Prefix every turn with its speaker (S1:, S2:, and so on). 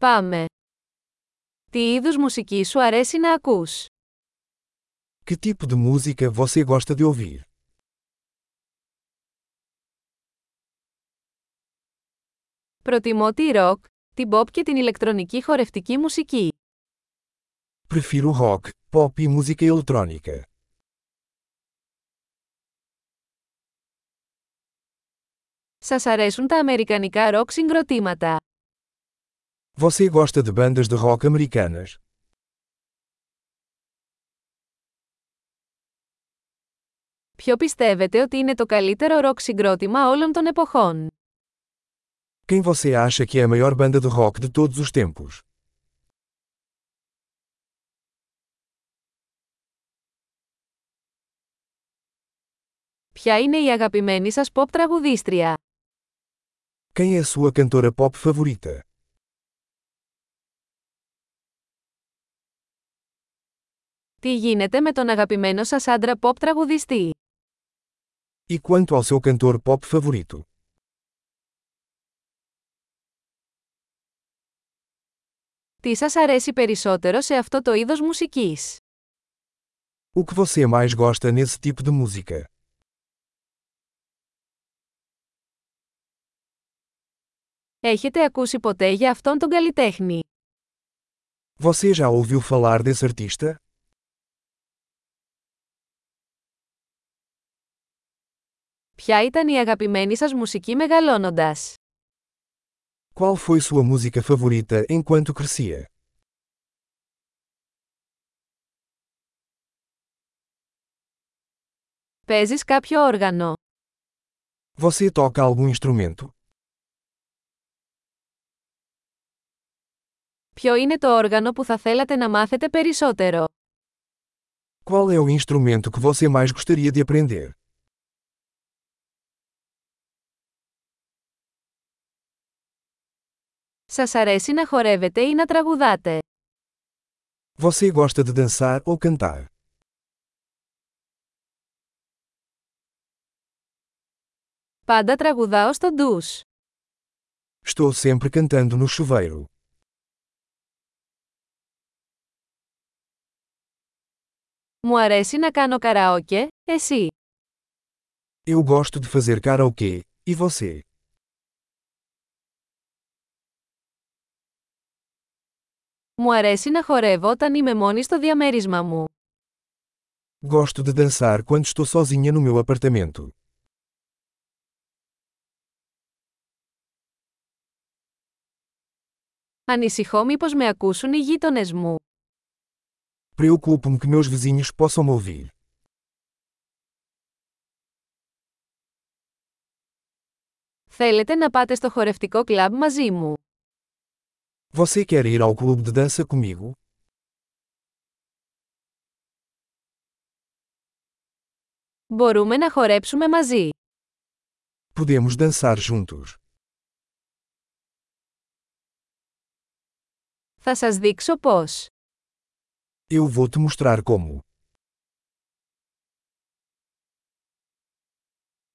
S1: Πάμε. Τι είδους μουσική σου αρέσει να ακούς?
S2: Que tipo de música você gosta de ouvir?
S1: Προτιμώ τη ροκ, την pop και την ηλεκτρονική χορευτική μουσική.
S2: Prefiro rock, pop e música eletrônica.
S1: Σας αρέσουν τα αμερικανικά ροκ συγκροτήματα.
S2: Você gosta de bandas de rock americanas?
S1: Ποιο πιστεύετε ότι είναι το καλύτερο ροκ συγκρότημα όλων των εποχών?
S2: Quem você acha que é a maior banda de rock de todos os tempos?
S1: Ποια είναι η αγαπημένη σας pop τραγουδίστρια?
S2: Quem é a sua cantora pop favorita?
S1: Τι γίνεται με τον αγαπημένο σας άντρα pop τραγουδιστή?
S2: E quanto ao seu cantor pop favorito?
S1: Τι σας αρέσει περισσότερο σε αυτό το είδος μουσικής?
S2: O que você mais gosta nesse tipo de música?
S1: Έχετε ακούσει ποτέ για αυτόν τον καλλιτέχνη.
S2: Você já ouviu falar desse artista?
S1: Ποια ήταν η αγαπημένη σας μουσική μεγαλώνοντας?
S2: Qual foi sua música favorita enquanto crescia?
S1: Παίζεις κάποιο όργανο.
S2: Você toca algum instrumento?
S1: Ποιο είναι το όργανο που θα θέλατε να μάθετε περισσότερο?
S2: Qual é o instrumento que você mais gostaria de aprender?
S1: Σας αρέσει να χορεύετε ή να τραγουδάτε.
S2: Você gosta de dançar ou cantar?
S1: Πάντα τραγουδάω στο ντους.
S2: Estou sempre cantando no chuveiro.
S1: Μου αρέσει να κάνω καραόκε, εσύ.
S2: Eu gosto de fazer karaokê. E você?
S1: Μου αρέσει να χορεύω όταν είμαι μόνη στο διαμέρισμα μου.
S2: Gosto de dançar quando estou sozinha no meu apartamento.
S1: Ανησυχώ μήπως με ακούσουν οι γείτονες μου.
S2: Preocupo-me que meus vizinhos possam me ouvir.
S1: Θέλετε να πάτε στο χορευτικό κλαμπ μαζί μου.
S2: Você quer ir ao clube de dança comigo?
S1: Μπορούμε να χορέψουμε μαζί.
S2: Podemos dançar juntos.
S1: Θα σας δείξω πώς.
S2: Eu vou te mostrar como.